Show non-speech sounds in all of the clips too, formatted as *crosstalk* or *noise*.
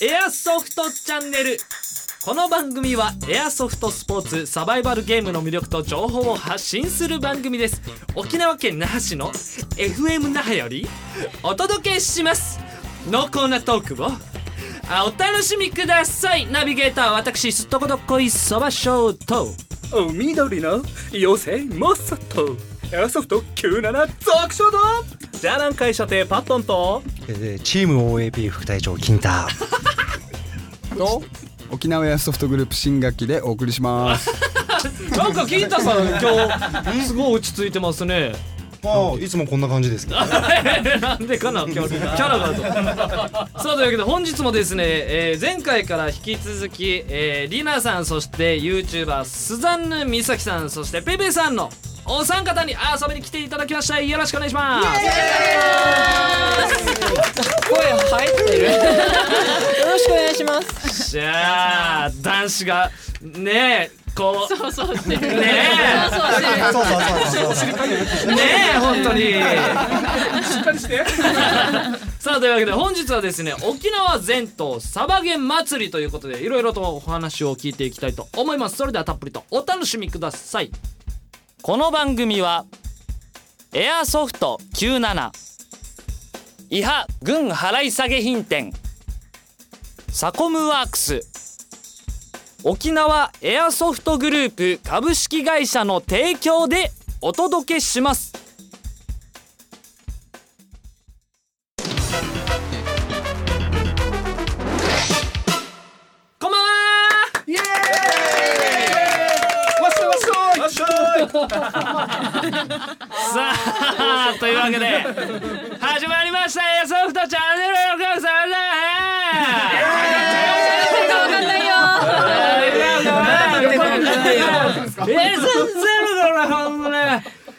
エアソフトチャンネルこの番組はエアソフトスポーツサバイバルゲームの魅力と情報を発信する番組です沖縄県那覇市の FM 那覇よりお届けします濃厚なトークをあお楽しみくださいナビゲーターは私すっとこどっこいそばショートお緑の妖精マサとエアソフト97続賞だじゃあ南海射程パットンとえーチーム OAP 副隊長金太 *laughs* と沖縄エアソフトグループ新学期でお送りします。なんか金太さん今日すごい落ち着いてますねまあいつもこんな感じですけどなんでかなキャラキャラがあるとさあというわけで本日もですね、えー前回から引き続き、えー、リナさんそして YouTuber スザンヌ美咲さんそしてペペさんのお三方に遊びに来ていただきましたよろしくお願いしますよろしくお願いします。じゃあ男子がねえこうそうそうしてる。ねえそうそうしてる。そうそうそうそうねえ本当にしっかりして *laughs* さあというわけで本日はですね沖縄全島サバゲン祭りということでいろいろとお話を聞いていきたいと思いますそれではたっぷりとお楽しみくださいこの番組はエアソフト97伊波軍払い下げ品店サコムワークス沖縄エアソフトグループ株式会社の提供でお届けしますこんばんはイエーイわっしょいわっしょいわっしょいさあというわけで始まりましたエアソフトチャンネルのお客さんだわかんないよ。エアソフトチャンネルのほんとね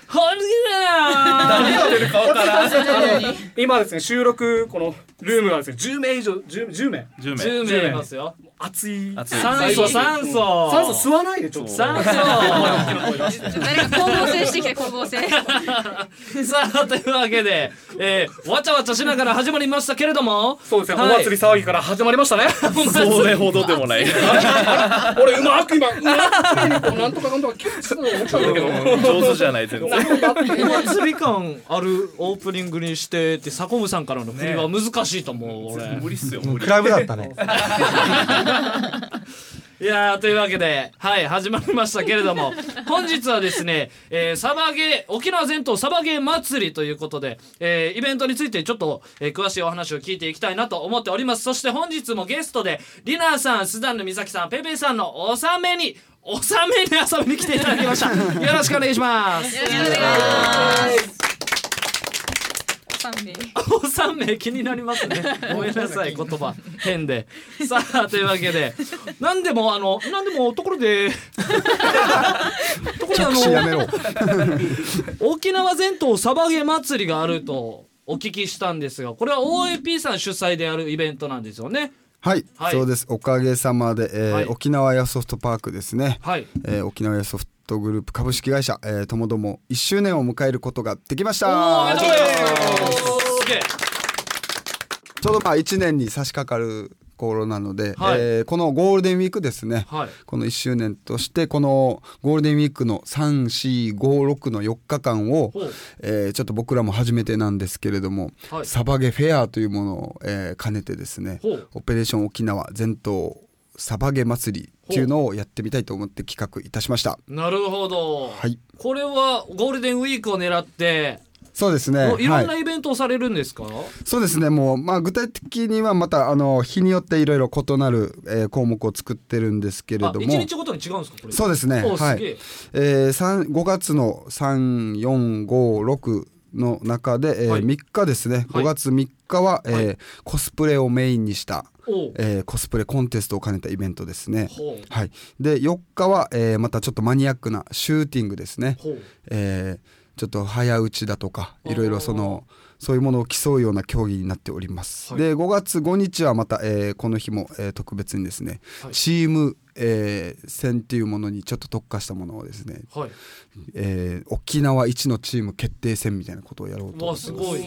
本気だよ今ですね収録このルームがですね10名以上 10, 10名10 10名いますよ熱い熱い酸素酸素酸素吸わないでちょっと酸素誰か光合成してきて光合成。さあというわけで、えー、わちゃわちゃしながら始まりましたけれどもそうですね、はいお祭り騒ぎから始まりましたねそれほどでもない *laughs* 俺うまく今うまくなんとかなんとかキュッて思ったんだけど上手じゃない全然お祭り感あるオープニングにしてってサコムさんからの振りは難しいと思う、俺無理っすよクラブだ *laughs* ったねいやーというわけではい始まりましたけれども本日はですね、えーサバゲー沖縄全島サバゲー祭りということで、えーイベントについてちょっと、えー詳しいお話を聞いていきたいなと思っておりますそして本日もゲストでリナさんスザンヌ美咲さんペペさんのおさめにおさめに遊びに来ていただきましたよろしくお願いしますよろしくお願いします。三名。お三名気になります *laughs* ね。ごめんなさい言葉変で。さあというわけで、なんでもあのなんでもところ *laughs* で、と *laughs* ころであ口やめのろ。沖縄全島サバゲ祭りがあるとお聞きしたんですが、これは OAP さん主催であるイベントなんですよね。はい、はいそうです。おかげさまで、えーはい沖縄エアソフトパークですね。はい。えー沖縄エアソフトグループ株式会社、えーともども1周年を迎えることができましおーおめでたとうございます。すげえ。ちょうどまあ1年に差し掛かる頃なので、はいえーこのゴールデンウィークですね、はい。この1周年としてこのゴールデンウィークの3456の4日間をほう、えーちょっと僕らも初めてなんですけれども、はいサバゲフェアというものを、えー兼ねてですねほうオペレーション沖縄全島サバゲ祭りっていうのをやってみたいと思って企画いたしました。なるほど。はい。これはゴールデンウィークを狙って、そうですね。もういろんなはい、イベントをされるんですか。そうですね。もうまあ具体的にはまたあの日によっていろいろ異なる、えー項目を作ってるんですけれあども、一日ごとに違うんですかこれ。そうですね。おはすげえい。えー、三5月の3、4、5、6の中で、えーはい3日ですね。はい5月3日は、えーはコスプレをメインにした、おうえーコスプレコンテストを兼ねたイベントですね。ほうはい。で4日は、えーまたちょっとマニアックなシューティングですね。ほうえーちょっと早打ちだとかあーいろいろそのそういうものを競うような競技になっております、はいで5月5日はまた、えーこの日も、えー特別にですね、はいチームえー戦っていうものにちょっと特化したものをですね、はいえー沖縄一のチーム決定戦みたいなことをやろうとうわすごい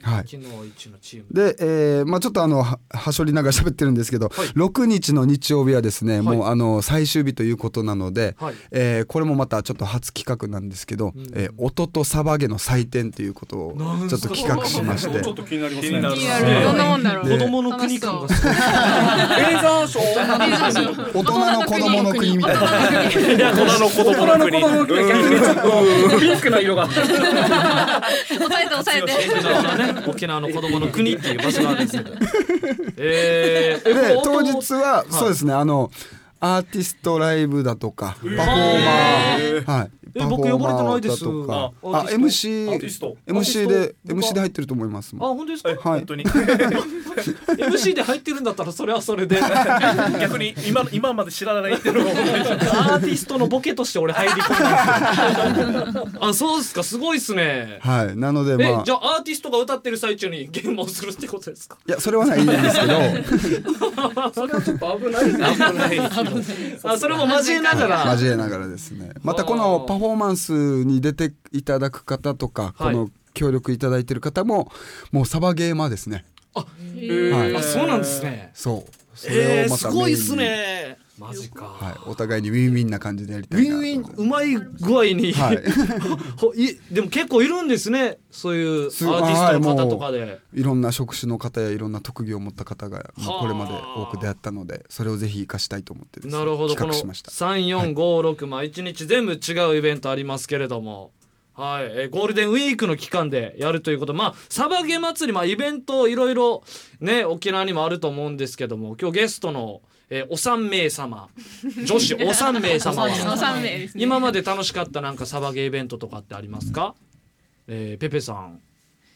は昨い日一のチームで、えーまあ、ちょっとあのははしょりながら喋ってるんですけど、はい6日の日曜日はですね、はいもうあの最終日ということなので、はいえーこれもまたちょっと初企画なんですけど「うんえー音とサバゲ」の祭典ということをちょっと企画しまして *laughs* ちょっと気になります気になるね気になるどんなもんだろう子供の国感がすレーザーショー大人の子供の国みたいな。いや大人の子大供人の国の子供の国逆にちょっとピンクの色が抑えて抑えて *laughs* ね沖縄の子供の国っていう場所なんですけどえー、でえ当日はそうですねあのアーティストライブだとかパフォーマーはえいパフォ僕ー呼ばれてマないーでだすとかああアーティス MC アーティスト MC でアーティスト MC で入ってると思いますあもん本当ですかはい本当に MC で入ってるんだったらそれはそれで *laughs* ア逆に今今まで知らないっていうのもーティストのボケとして俺入り込んだんですよあそうですかすごいっすねはいなのでえ、まあじゃあアーティストが歌ってる最中にゲームをするってことですかいやそれはないんですけどそれはちょっと危ないなあそれも交えながら交えながらですねまたこのパフォーマンスに出ていただく方とかこはいの協力いただいてる方ももうサバゲーマーですねはいあそうなんですねそうそえれをー、ますたごいっメインにすねマジか、はいお互いにウィンウィンな感じでやりたウいィなンとウィンうまい具合に、はい *laughs* *laughs* ほいでも結構いるんですねそういうアーテすごいィストの方とかでいろんな職種の方やいろんな特技を持った方がもうこれまで多く出会ったのでそれをぜひ活かしたいと思ってですねなるほどこ企の画しました3456まあ1日全部違うイベントありますけれどもはい、えーゴールデンウィークの期間でやるということまあサバゲ祭り、まあ、イベントいろいろね沖縄にもあると思うんですけども今日ゲストの、えーお三名様女子 *laughs* お三名様のは三名ですね今まで楽しかったなんかサバゲイベントとかってありますか、えーペペさん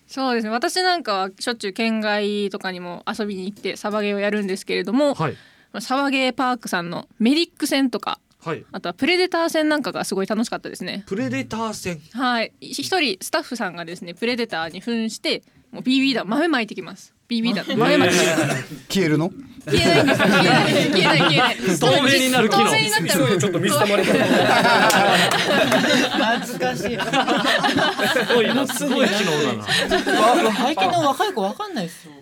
そうですね私なんかはしょっちゅう県外とかにも遊びに行ってサバゲーをやるんですけれども、はいサバゲーパークさんのメリック戦とかはいあとはプレデター戦なんかがすごい楽しかったですねプレデター戦はい一人スタッフさんがですねプレデターに扮してもう BB 弾豆巻いてきます BB 弾豆巻いてきます消え *laughs* るの消えないんです消えない消えない消えない透明になる機能透明になったらちょっと水溜まりが懐かしい。すごいなすごい機能 *laughs* だな最近の若い子わかんないっすよ。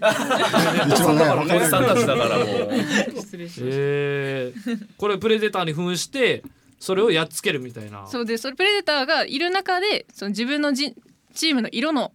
一番ねおじさんた *laughs* ちだからもう失礼しましえー、これプレデターに扮してそれをやっつけるみたいなそうですそれプレデターがいる中でその自分のじチームの色の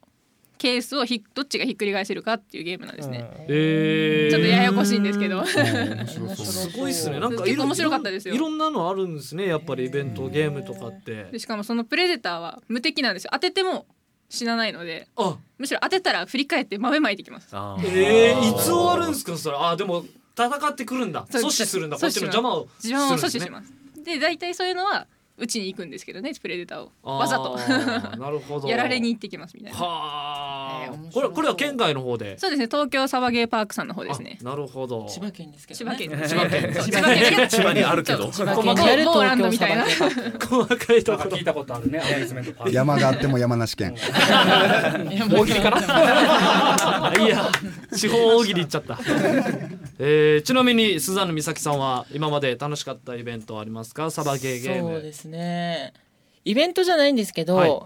ケースをひどっちがひっくり返せるかっていうゲームなんですね、えー、ちょっとややこしいんですけど、た。すすごいっすねなんか結構面白かったですよいろんなのあるんですねやっぱりイベントゲームとかってでしかもそのプレデターは無敵なんですよ当てても死なないのであむしろ当てたら振り返って豆まいてきますあえー、いつ終わるるんですかそれあでも戦ってくるんだそう阻止するんだ阻こっち止しのます邪魔を自分を阻止しすますで大体そういうのは打ちに行くんですけどねプレデターをるんわざでとすねあーなるほど *laughs* やられに行ってきますみたいなはあ、えー面白こそうれこれは県外の方でそうですね東京サバゲーパークさんの方ですねあなるほどた千葉県ですけど千ね。葉県千千葉県千葉県千葉にあるけど葉県にあるモーランドみたいな東京サバゲー細かいところ聞いたことあるねアミューズメントパーク山があっても山梨県パーク。大喜利かな。あいや地方大喜利いっちゃった、えーちなみにスザンヌ美咲さんは今まで楽しかったイベントありますかサバゲーゲームそうですね。イベントじゃないんですけど、はい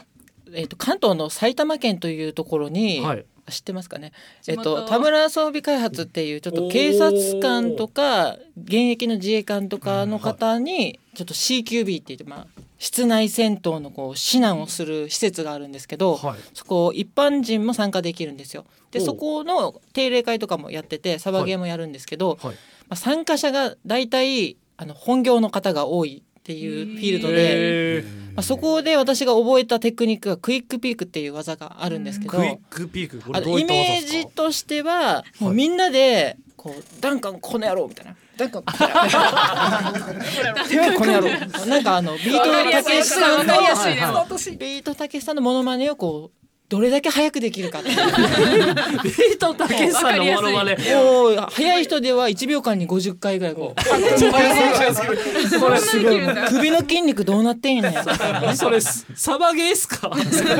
えっと関東の埼玉県というところに、はい知ってますかね。地えっ元と田村装備開発っていうちょっと警察官とか現役の自衛官とかの方にちょっと CQB って言ってまあ室内戦闘のこう指南をする施設があるんですけど、はいそこ一般人も参加できるんですよ。でおうそこの定例会とかもやっててサバゲーもやるんですけど、はいまあ、参加者が大体あの本業の方が多いっていうフィールドで、えまあ、そこで私が覚えたテクニックがクイックピークっていう技があるんですけー、ど。クイックピークこあれどのういイった技メでーすジかとしてはもうみんなでこう「ダンカンこの野郎」みたいな「ダンカンこの野郎」てめえこの野郎なんかあのビートわかのりやたすいけしさんわかりやすいのですビートたけしさんのモノマネをこうどれだけ早くできるかっていうビートたけしさんのモノマネもう早い人では1秒間に50回ぐらいこうこれそんなできるんだ首の筋肉どうなってんねんそれサバゲーっす *laughs* か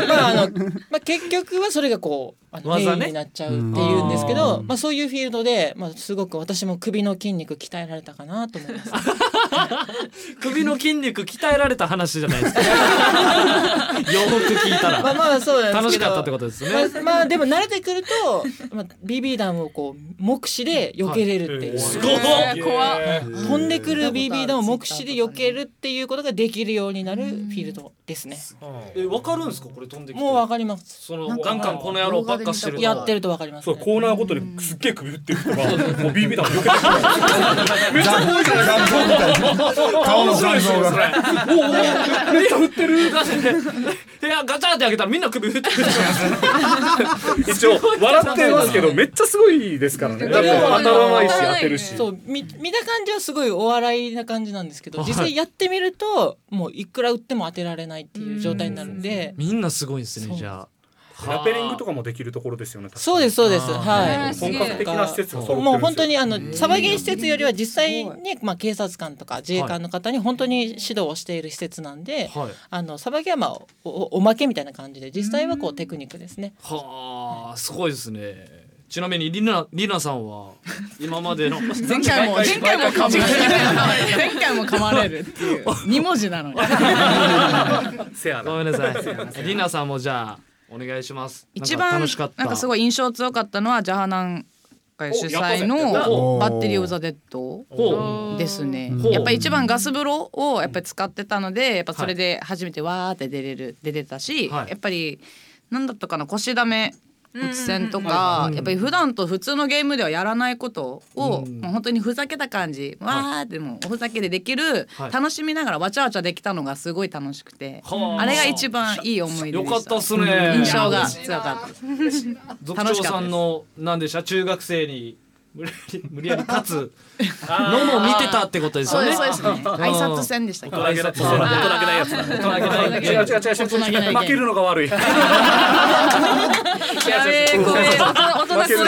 まああの、まあ、結局はそれがこうあのメイ技ねンになっちゃうっていうんですけど、うんまあ、そういうフィールドで、まあ、すごく私も首の筋肉鍛えられたかなと思います。 *laughs* 首の筋肉鍛えられた話じゃない *laughs* ですか *laughs* よく聞いたまあらまあそうなんで楽すしけどかったってことですねまあ、まあでも慣れてくると、まあ、BB 弾をこう目視で避けれるっていう、すごいえー怖っ飛んでくる BB 弾を目視で避けるっていうことができるようになるフィールドですね。えわかるんですかこれ飛んできてもうわかります。そのガンガンこの野郎ばっかしてるとやってるとわかります、そうね。コーナーごとにすっげえ首振ってる人がもうビビだ避けてくめっちゃ怖いじゃない画像みたいな顔のる画像がおおおおめっちゃ振ってるだって部屋ガチャって開けたらみんな首振ってる一応笑ってますけどめっちゃすごいですからねだって当たらないし当てるしそう見見た感じはすごいお笑いな感じなんですけど、実際やってみるともういくら打っても当てられないっていう状態になるんで。 *laughs* みんなすごいんですねじゃあラペリングとかもできるところですよね確かそうですそうです。あーはあい。ーす本げえ格的な施設が揃ってるんですよもう本当にあのサバゲー施設よりは実際にまあ警察官とか自衛官の方に本当に指導をしている施設なんで、はいあのサバゲーはまあおおおまけみたいな感じで実際はこうテクニックですね。はあすごいですねちなみにりなりなさんは今ま *laughs* での前回も前回も噛まれる前回も噛まれるっていう二文字なのにせやなごめんなさいりなさんもじゃあお願いします一なんか番楽しかったなんかすごい印象強かったのはジャハナン会主お催やっぱのおバッテリー・オブ・ザ・デッドほですねほうやっぱり一番ガス風呂をやっぱり使ってたのでやっぱそれで初めてわーって出れる出てたし、はいやっぱりなんだったかな腰だめ打ち線とか、やっぱり普段と普通のゲームではやらないことを、うんもう本当にふざけた感じ、わーってもうおふざけでできる、はい楽しみながらわちゃわちゃできたのがすごい楽しくて、はあれが一番いい思い出よでしたかったっすね印象が強かった族長さんの何でした中学生に無理やり無 *laughs* 理やり勝つ *laughs* のも見てたってことですそようでねすそうですね挨拶戦でしたっけ大人げない大人げないやつだ大人げない違う違う違う違う負けるのが悪いやべえ怖え大人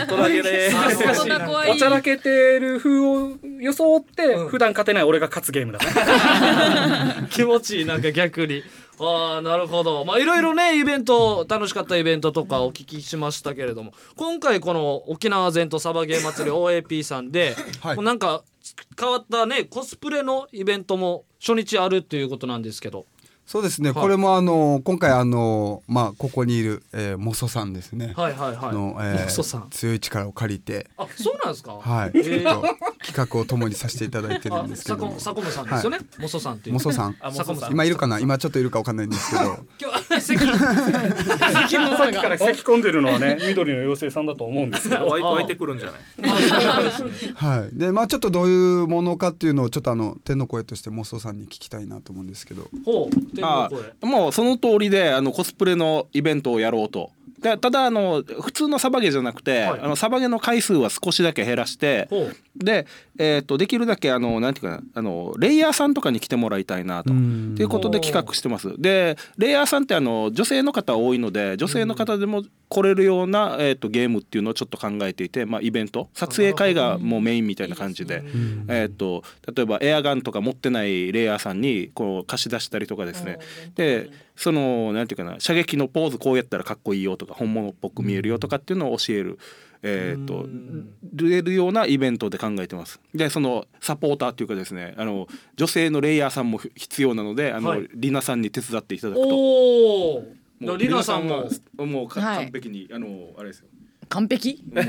大人負けるのが怖え悪い大人げね恥ずかしい大人怖いおちゃらけてる風を装って普段勝てない俺が勝つゲームだ *laughs* ね気持ちいいなんか逆にああなるほどまあいろいろねイベント楽しかったイベントとかお聞きしましたけれども今回この沖縄全とサバゲー祭り OAP さんで、はいもうなんか変わったねコスプレのイベントも初日あるっていうことなんですけどそうですね、はいこれもあの今回あのまあここにいる、えー、モソさんですね、はいはいはいの、えーモソさん強い力を借りてあそうなんですかはい、えちょっーと企画を共にさせていただいてるあんですけさどこもさこむさんですよね、モソさんっていうモソさんあモソさん今いるかな今ちょっといるかわかんないんですけど今日席にさっきから咳き込んでるのはね緑の妖精さんだと思うんですけど湧い湧いてくるんじゃないはいでまあちょっとどういうものかっていうのをちょっとあの手の声としてモソさんに聞きたいなと思うんですけどほう天のあ声もうその通りであのコスプレのイベントをやろうと。でただあの普通のサバゲーじゃなくて、はいあのサバゲーの回数は少しだけ減らしてほうで、えー、とできるだけあのなんていうかなあのレイヤーさんとかに来てもらいたいなと。っていうことで企画してます。でレイヤーさんってあの女性の方多いので女性の方でも来れるような、えー、とゲームっていうのをちょっと考えていて、まあ、イベント撮影会がもうメインみたいな感じで。えー、と例えばエアガンとか持ってないレイヤーさんにこう貸し出したりとかですねでそのなんていうかな射撃のポーズこうやったらかっこいいよとか本物っぽく見えるよとかっていうのを教える。えー、うとん出るようなイベントで考えてますでそのサポーターっていうかですねあの女性のレイヤーさんも必要なのであの、はいリナさんに手伝っていただくともおおうリナさんもリナさんはもうかはい完璧に、あのあれですよ完璧 *laughs* もう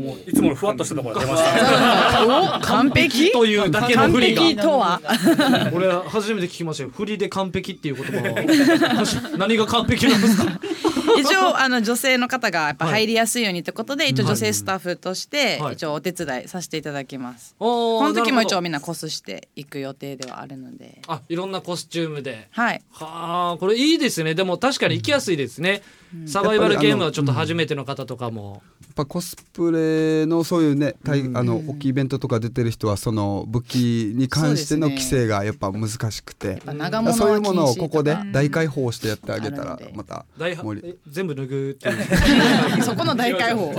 もういつものふわっとしたところ出ましたお完璧というだけの完振りが璧とは俺は初めて聞きましたよ振りで完璧っていう言葉は何が完璧なんですか *laughs* 一応あの女性の方がやっぱ入りやすいようにということで、一応女性スタッフとしてはい一応お手伝いさせていただきます、ここの時も一応みんなコスしていく予定ではあるのであいろんなコスチュームではいはあこれいいですねでも確かに行きやすいですね、サバイバルゲームはちょっと初めての方とかも、ぱコスプレのそういうね、大あの大きいイベントとか出てる人はその武器に関してのそうで規すね制がやっぱ難しくて、ぱ長物はそういうものを禁止ことかこで大解放してやってあげたらうんまた大は盛りえ全部脱ぐって *laughs* いう *laughs* そこの大 *laughs* 解放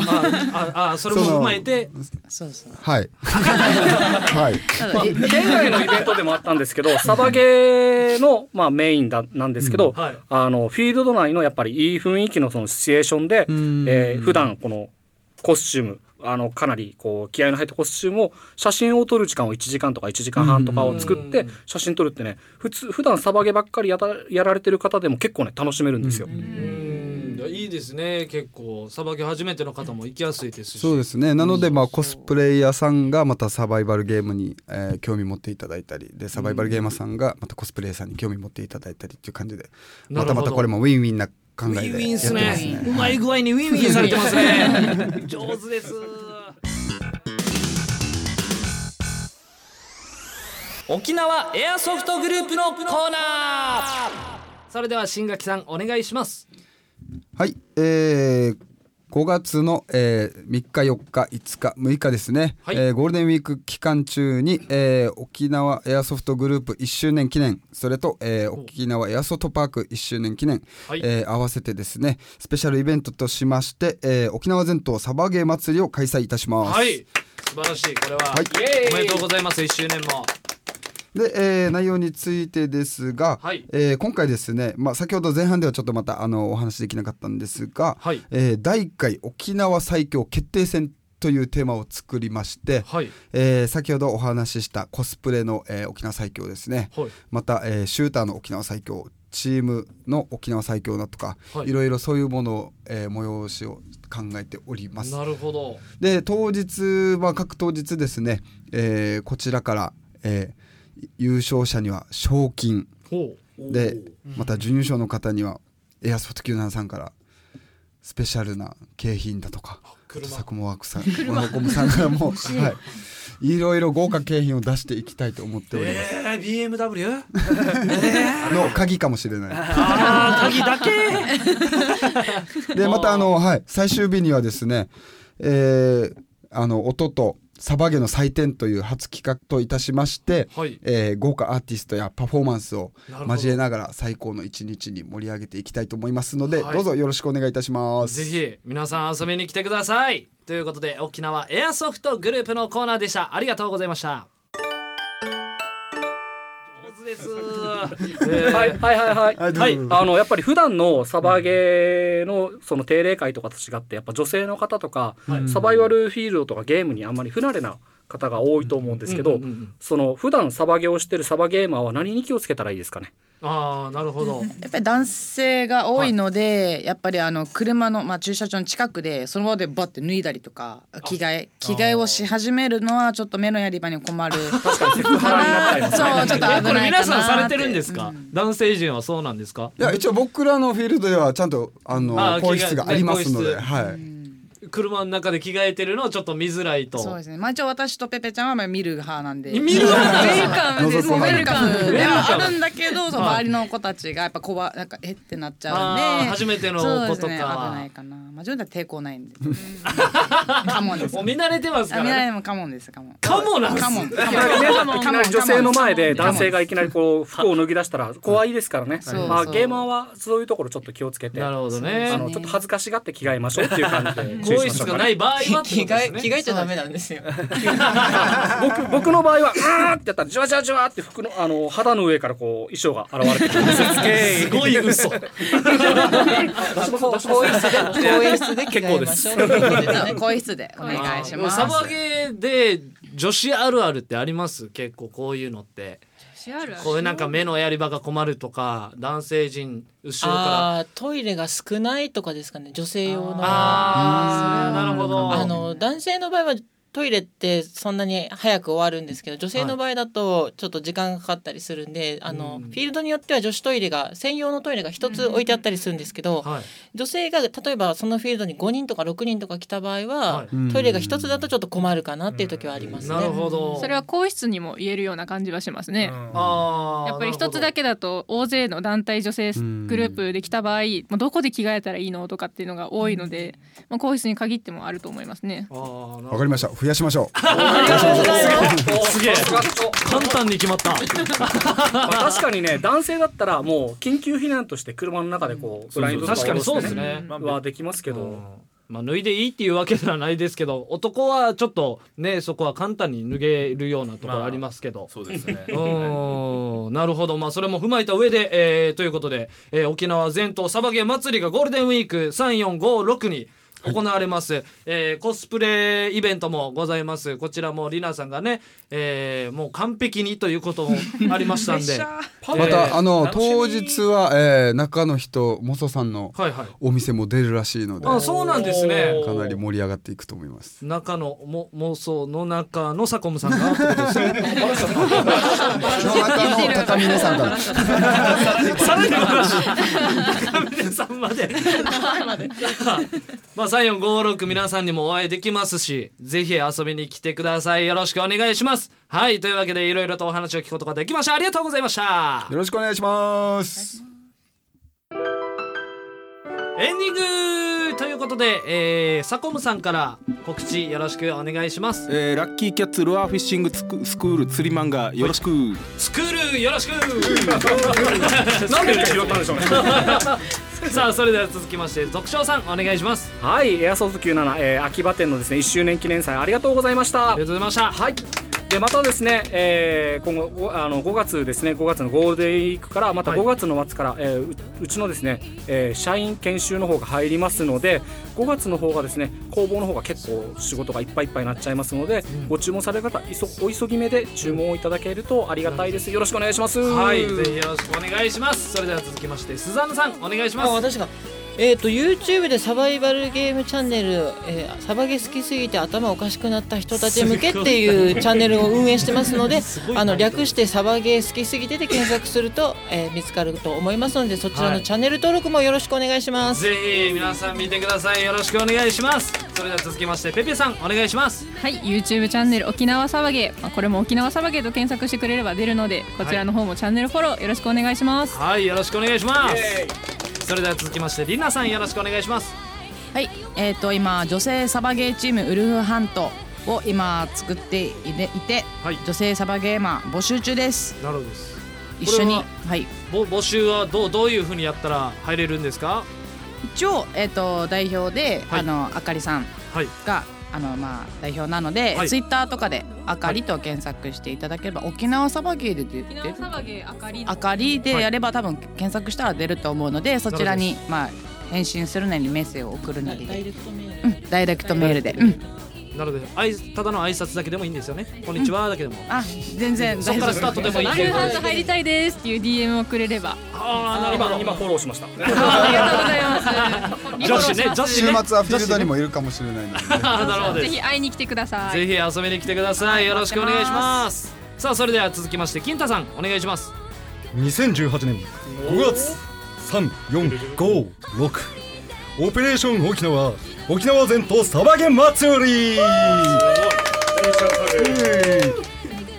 あああそれも踏まえてそうそうはいはいただえ県外のイベントでもあったんですけ *laughs* ど、サバゲーの、まあ、メインだなんですけど、はいあのフィールド内のやっぱりいい雰囲気のそのシチュエーションで、んえー普段このコスチュームあのかなりこう気合いの入ったコスチュームを写真を撮る時間を1時間とか1時間半とかを作っうてん写真撮るってね普通普段サバゲばっかりやたやられてる方でも結構ね楽しめるんですよ。うんいいですね結構さばき初めての方も行きやすいですしそうですねなのでまあコスプレイヤーさんがまたサバイバルゲームに、えー興味持っていただいたりでサバイバルゲーマーさんがまたコスプレイヤーさんに興味持っていただいたりっていう感じでなるほまどたまたこれもウィンウィンな考ウィえでンウやっィンっすてますねね。うまい具合にウィンウィンされてますね上手です沖縄エアソフトグループのコーナーそれでは新垣さんお願いしますはい、えー5月の、えー3日4日5日6日ですね、はいえーゴールデンウィーク期間中に、えー沖縄エアソフトグループ1周年記念それと、えー沖縄エアソフトパーク1周年記念、はいえー合わせてですねスペシャルイベントとしまして、えー沖縄全島サバゲー祭りを開催いたします。はい素晴らしいこれは、はいおめでとうございます1周年もで、えー内容についてですが、はいえー今回ですね、まあ、先ほど前半ではちょっとまたあのお話しできなかったんですが、はいえー第1回沖縄最強決定戦というテーマを作りまして、はいえー先ほどお話ししたコスプレの、えー沖縄最強ですね、はいまた、えーシューターの沖縄最強チームの沖縄最強だとか、はいい、ろいろそういうものを、えー催しを考えております。なるほどで当日は各当日ですね、えーこちらから、えー優勝者には賞金ほでまた準優勝の方にはエアソフト97さんからスペシャルな景品だとか車佐久間ワークさん *laughs* ワコムさんか *laughs* らも、はい、いろいろ豪華景品を出していきたいと思っております、えー、BMW? *laughs* の鍵かもしれない *laughs* あー鍵だけでまたあの、はい、最終日にはですね、えーあの音とサバゲの祭典という初企画といたしまして、はいえー豪華アーティストやパフォーマンスをなるほど交えながら最高の一日に盛り上げていきたいと思いますので、はいどうぞよろしくお願いいたします。ぜひ皆さん遊びに来てくださいということで沖縄エアソフトグループのコーナーでしたありがとうございました上手です、えーはいはいはいはい。 *laughs* はいどはういぞ、あのやっぱり普段のサバゲーのその定例会とかと違ってやっぱ女性の方とか、サバイバルフィールドとかゲームにあんまり不慣れな方が多いと思うんですけど、うんうんうんその普段サバゲーをしてるサバゲーマーは何に気をつけたらいいですか *laughs* ねああなるほどやっぱり男性が多いので、やっぱりあの車の、まあ、駐車場の近くでその場でバッて脱いだりとか着替え着替えをし始めるのはちょっと目のやり場に困る確か *laughs* にそうちょっと危ないかなこれ皆さんされてるんってですか、男性陣はそうなんですかいや一応僕らのフィールドではちゃんとあのあー更衣室がありますの着替えで、ねはい、車の中で着替えてるのをちょっと見づらいとそうですね。まあ一応私とペペちゃんはまあ見る派なんで。見る派なんウでェすルかカムです覗く派ウェルカムでルはカあムるんだけど、そのはい周りの子たちがやっぱこわなんかえってなっちゃあうんーで。初めての子とかはそうですね。危ないかな。まあ自分たち抵抗ないんで。カモンです。もう見慣れてますかあら見られねもカモンですカモン。カモなんすカモン。カいきなりねモンいきなり女性の前で男性がいきなりこう服を脱ぎ出したら怖いですからね、そうまあ、そうゲーマーはそういうところちょっと気をつけてなるあほどねのちょっと恥ずかしがって着替えましょうっていう感じで *laughs* 更注意し衣室ましょうがかねない場合はってことです着ね替え着替えちゃダメなんですよ。僕僕の場合は「あーってやったらじわじわじわって服のあの肌の上からこう衣装が現れてくるんですよすごい嘘更衣室で更衣室で着替えましょう。更衣室でお願いします。サバゲーで女子あるあるってあります結構こういうのってこういうなんか目のやり場が困るとか男性陣後ろからああートイレが少ないとかですかね女性用の。あーうんなるほどあの男性の場合はトイレってそんなに早く終わるんですけど女性の場合だとちょっと時間がかかったりするんで、あのフィールドによっては女子トイレが専用のトイレが一つ置いてあったりするんですけど、はい女性が例えばそのフィールドに5人とか6人とか来た場合は、はいトイレが一つだとちょっと困るかなっていう時はありますね。なるほどそれは更衣室にも言えるような感じはしますね。あーやっぱりなるほど一つだけだと大勢の団体女性グループで来た場合もうどこで着替えたらいいのとかっていうのが多いので、まあ、更衣室に限ってもあると思いますね。あーなるほわかりました増やしましょどすげえ簡単に決まったまあ確かにね男性だったらもう緊急避難として車の中でこうブラインドと確かにそうですねねまあはできますけどまあ脱いでいいっていうわけではないですけど男はちょっとねそこは簡単に脱げるようなところありますけど、そうですねうーんなるほどまあそれも踏まえた上で、えーということで、えー沖縄全島サバゲー祭りがゴールデンウィーク3456に行われます、えーコスプレイベントもございますこちらもリナさんがね、えーもう完璧にということもありましたんでうまたあの楽しみ当日は、えー中の人モソさんのはいはいお店も出るらしいのであそうなんですねかなり盛り上がっていくと思います中のも妄想の中のサコムさんが *laughs* ってことですねの中の高峰さ *laughs* んからさらに高峰さんまで *laughs* まあ3456皆さんにもお会いできますしぜひ遊びに来てくださいよろしくお願いしますはいというわけでいろいろとお話を聞くことができましたありがとうございましたよろしくお願いしますエンディングということで、えー、サコムさんから告知よろしくお願いしますえーラッキーキャッツルアーフィッシングスクスクール釣り漫画よろしく、スクールよろしくなんで拾ったんでしょうねさあそれでは続きまして特賞さんお願いしますはいエアソース97、えー秋葉店のですね1周年記念祭ありがとうございましたありがとうございましたはい。でまたですね、えー今後ごあの5月ですね5月のゴールデンウィークからまたはい5月の末から、えーううちのですね、えー社員研修の方が入りますので5月の方がですね工房の方が結構仕事がいっぱいいっぱいになっちゃいますので、ご注文される方いそお急ぎ目で注文をいただけるとありがたいですよろしくお願いしますはい、ぜひよろしくお願いします。それでは続きまして、スザンヌさん、お願いしまあす。私がえー、と YouTube でサバイバルゲームチャンネル、えーサバゲ好きすぎて頭おかしくなった人たち向けっていうチャンネルを運営してます *laughs* のであの略してサバゲ好きすぎてで検索すると、 *laughs* えー見つかると思いますのでそちらはのいチャンネル登録もよろしくお願いします。ぜひ皆さん見てください。よろしくお願いします。それでは続きまして、ペペさん、お願いします。はい、YouTube チャンネル沖縄騒げ、まあ、これも沖縄騒げと検索してくれれば出るのでこちらの方もチャンネルフォローよろしくお願いします。はい、よろしくお願いします。それでは続きまして、リナさん、よろしくお願いします。はい、えー、と今女性サバゲーチームウルフハントを今作っていれいて、はい女性サバゲーマン募集中ですなるほどです。一緒にこはれいぼ募集はどうどういう風にやったら入れるんですか。一応、えー、と代表で、はいあのあかりさんはい。があの、まあ、代表なので、はいツイッターとかで「あかり」と検索していただければ、沖縄サバゲーで出てるげあかりあかりでやれば多分検索したら出ると思うのでそちらに、まあ、返信するなりメッセージを送るなりで、レクトメールうん、ダイレクトメールで、うん、なので、あいただの挨拶だけでもいいんですよね。こんにちはだけでも。あ全然そこからスタートでもいいウけルどフ。ハント入りたいですっていう DM をくれれ *laughs* ばああ、なる今ほ今ど。フォローしましたありがとうござい女 *laughs* ます。子ね、女子週末ね。はフィールドにもいるかもしれないのであーなるほどですぜ。ひ会いに来てください。ぜひ遊びに来てください。よろしくお願いし待ます。さあ、それでは続きまして、金太さん、お願いします。 *laughs* 2018年5月3456オペレーション沖縄沖縄全島サバゲ祭り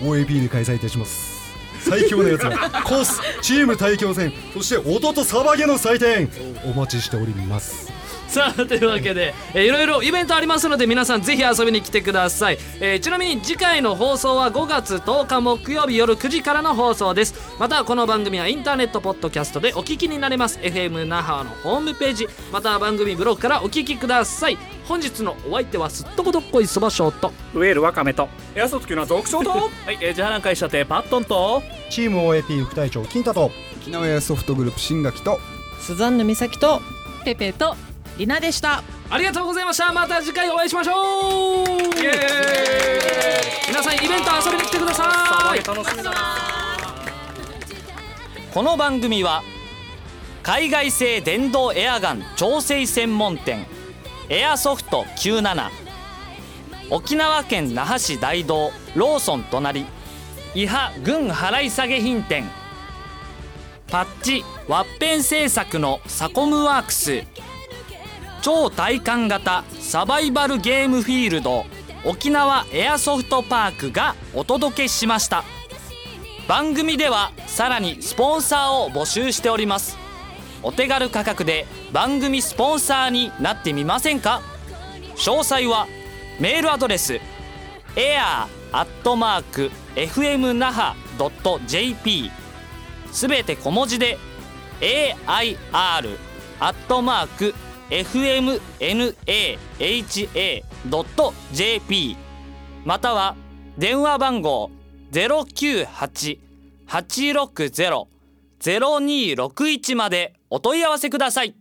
OAP で開催いたします最強のやつらコースチーム対抗戦そして音とサバゲの祭典お待ちしておりますさあ、というわけで、えーいろいろイベントありますので、皆さんぜひ遊びに来てください。えーちなみに次回の放送は5月10日木曜日夜9時からの放送です。また、この番組はインターネットポッドキャストでお聞きになれます。FM 那覇のホームページ、または番組ブログからお聞きください。本日のお相手はすっとこどっこいそばショート。ウェールワカメとエアソース級の続賞とはい、えー、ジャーラン会社亭パットンとチーム OAP 副隊長金太と沖 *laughs* 縄やソフトグループ新垣とスザンヌ美咲とペペとりなでしたありがとうございましたまた次回お会いしましょう皆さんイベント遊びに来てください楽しみだなこの番組は海外製電動エアガン調整専門店エアソフト97沖縄県那覇市大道ローソン隣伊波軍払い下げ品店パッチワッペン製作のサコムワークス超体感型サバイバルゲームフィールド沖縄エアソフトパークがお届けしました番組ではさらにスポンサーを募集しておりますお手軽価格で番組スポンサーになってみませんか詳細はメールアドレス air.fmnaha.jp すべて小文字で air.fmnaha.jp または電話番号098-860-0261までお問い合わせください。